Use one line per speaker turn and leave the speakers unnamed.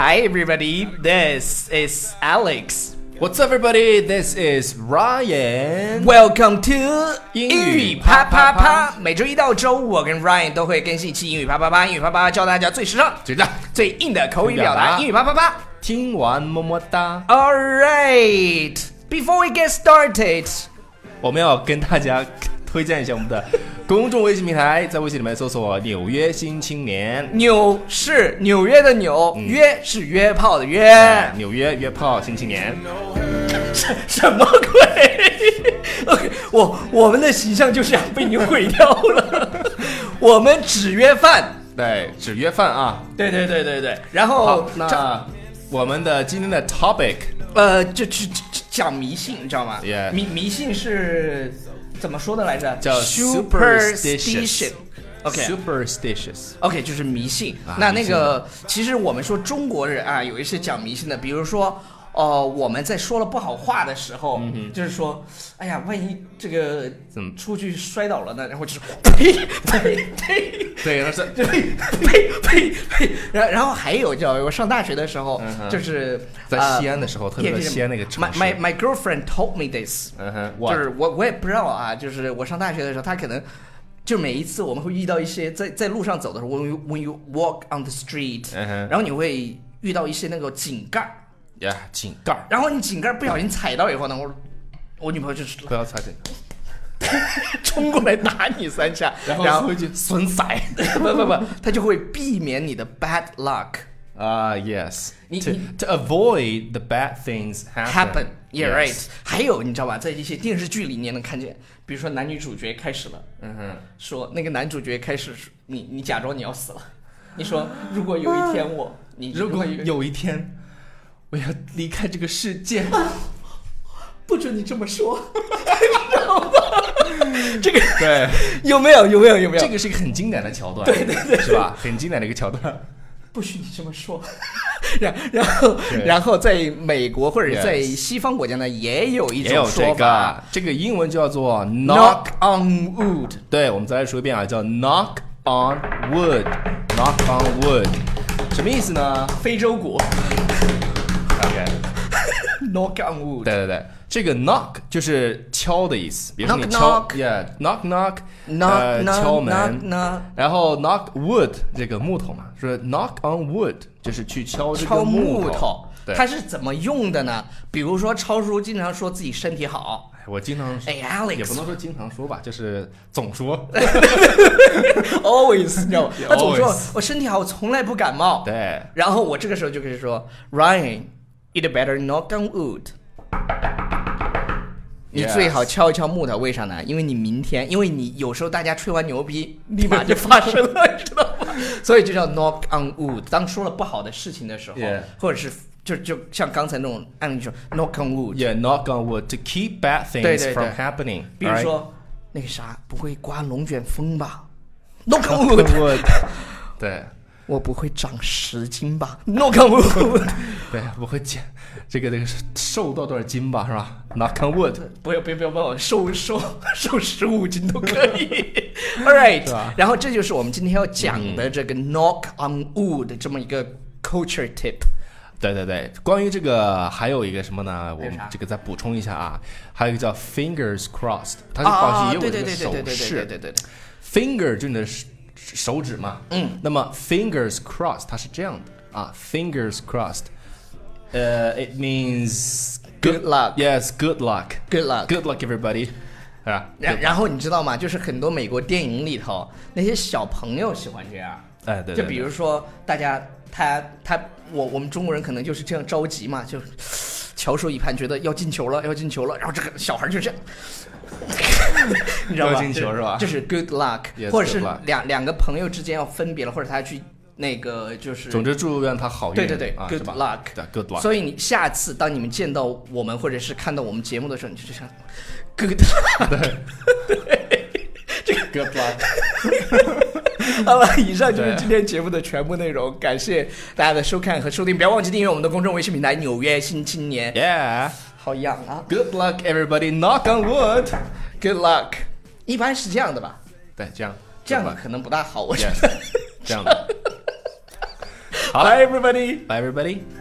everybody? This is Alex. What's up, everybody? This is Ryan.
Welcome to
英
英
语
语
啪
啪
啪
啪
啪
啪。每周一到周五，我跟 Ryan 都会更新一期英语啪啪啪。英语啪啪啪教大家最时尚、
知道，
最硬的口语表达。
英
英
语
语啪啪啪。
听完么么哒。
All right, before we get started，
我们要跟大家推荐一下我们的公众微信平台，在微信里面搜索“纽约新青年
纽是纽约的纽，约是约炮的”，约
哎。纽约约炮新青年。
什么 鬼？OK，我我们的形象就这样被你毁掉了。 我们只约饭。
对，只约饭啊。
对对对对对，然后
好，
哦这
那我们的今天的 topic
呃，就去去去讲迷信，你知道吗
Yeah
迷迷信是怎么说的来着？
叫 superstitious
superstition。OK
superstitious。
OK，就是迷信。
啊
那
迷
那
信
个，其实我们说中国人啊，有一些讲迷信的，比如说，哦、我们在说了不好话的时候，就是说，哎呀，万一这个
嗯怎么
出去摔倒了呢？然后 就是呸呸呸。
对，那是
呸呸呸呸！然然后还有叫我上大学的时候
嗯，哼
就是
在
呃
西安的时候特别
也就是
西安那个城
My
市
my my girlfriend told me this，
嗯哼，哇
就是我我也不知道啊，就是我上大学的时候，她可能就每一次我们会遇到一些在在路上走的时候，when you when you walk on the street，
嗯哼
然后你会遇到一些那个井盖儿，
呀，井盖儿，
然后你井盖儿不小心踩到以后呢，我我女朋友就是
不要擦井盖。
冲过来打你三下，
然
然
后说一句
损仔， 不不不，她就会避免你的 bad luck。
Ah, yes.
你-
to,
你-
to avoid the bad things happen.
happen. Yeah, right.
Yes.
还有你知道吧，在一些电视剧里面能看见，比如说男女主角开始了，嗯哼，说那个男主角开始说，你你假装你要死了，你说如果有一天我，你
如果
有
有一天我要离开这个世界，
不准你这么说，你知道吗？这个
对，
有没有有没有有没有？
这个是一个很经典的桥段，对对对，是吧？很经典的一个桥 段。
不许你这么说。 然然后
对
然后在美国或者
Yes
在西方国家呢，也有一
也有
种
这
说
个
法，
这个英文叫做 knock。
，knock on wood。
对，我们再来说一遍啊，叫 knock on wood，knock on wood，什么意思呢
非洲鼓
？OK，
，knock on wood。
对对对，这个 knock 就是敲的意思，比如说你
Knock,
敲
knock
，yeah，knock knock，
knock
呃
knock
敲门
knock knock
然后 knock wood 这个木头嘛，说 knock on wood 就是去敲这
敲
个
木
头。
头，
对，
它是怎么用的呢？比如说超叔经常说自己身体好，
哎我经常说
哎
也不
，Alex
能说经常说吧，就是总说。
哦 always 你 知道吗
Yeah,？
他总说
always
我身体好，我从来不感冒。
对，
然后我这个时候就可以说，Ryan，it better knock on wood。你
Yes
最好敲一敲木头，为啥呢？因为你明天，因为你有时候大家吹完牛逼，立马就发生了，你知道吗？ 所以就叫 knock on wood。当说了不好的事情的时候
Yeah
或者是就就像刚才那种案例说 knock on wood，
也 knock on wood to keep bad
对
things
对
from
对
happening。
比如说、那个啥，不会刮龙卷风吧？Knock on
，knock on
wood，
wood，对
我不会长十斤吧？Knock on wood，
对，我会减这个这个瘦到多少斤吧，是吧？knock on wood。
不要不要不要把我瘦 瘦瘦十五斤都可以。All right，
是吧
然后这就是我们今天要讲的这个 knock on wood 这么一个 culture tip。
对对对，关于这个还有一个什么呢？我
还有
们
啥
这个再补充一下啊，还有一个叫 fingers crossed，它是
啊，
好像也
对
有这
对
个
对对
手
对对对对
势
对对。嗯
，finger 就是你的手手指嘛，嗯，那么 fingers crossed 它是这样的啊，fingers crossed，呃、i t means
Good luck
yes，good luck，good
Good luck。
luck everybody，是吧？
然然后你知道吗？就是很多美国电影里头那些小朋友喜欢这样。
哎，对，对
就比如说大家他他我我们中国人可能就是这样着急嘛，就是翘首以盼，觉得要进球了，要进球了，然后这个小孩就这样。 你知道吧？
要进球是吧
就是 good luck，
Yes,
或者是
good luck
两两个朋友之间要分别了，或者他去那个就是
对，总之祝愿他好运，
对对对
啊、
，good
是吧
luck
对，good luck，
所以你下次当你们见到我们或者是看到我们节目的时候，你就这样 good
以 good luck。
好了，以上就是
对
今天节目的全部内容，感谢大家的收看和收听，不要忘记订阅我们的公众微信平台《纽约新青年》。
Yeah,
好痒啊
good luck everybody. Knock on wood.
！Good luck。一般是这样的吧？
对，这样，
这样
good luck
可能不大好，我觉
Yes.
得。
这样的。好
Bye everybody。
，Bye everybody.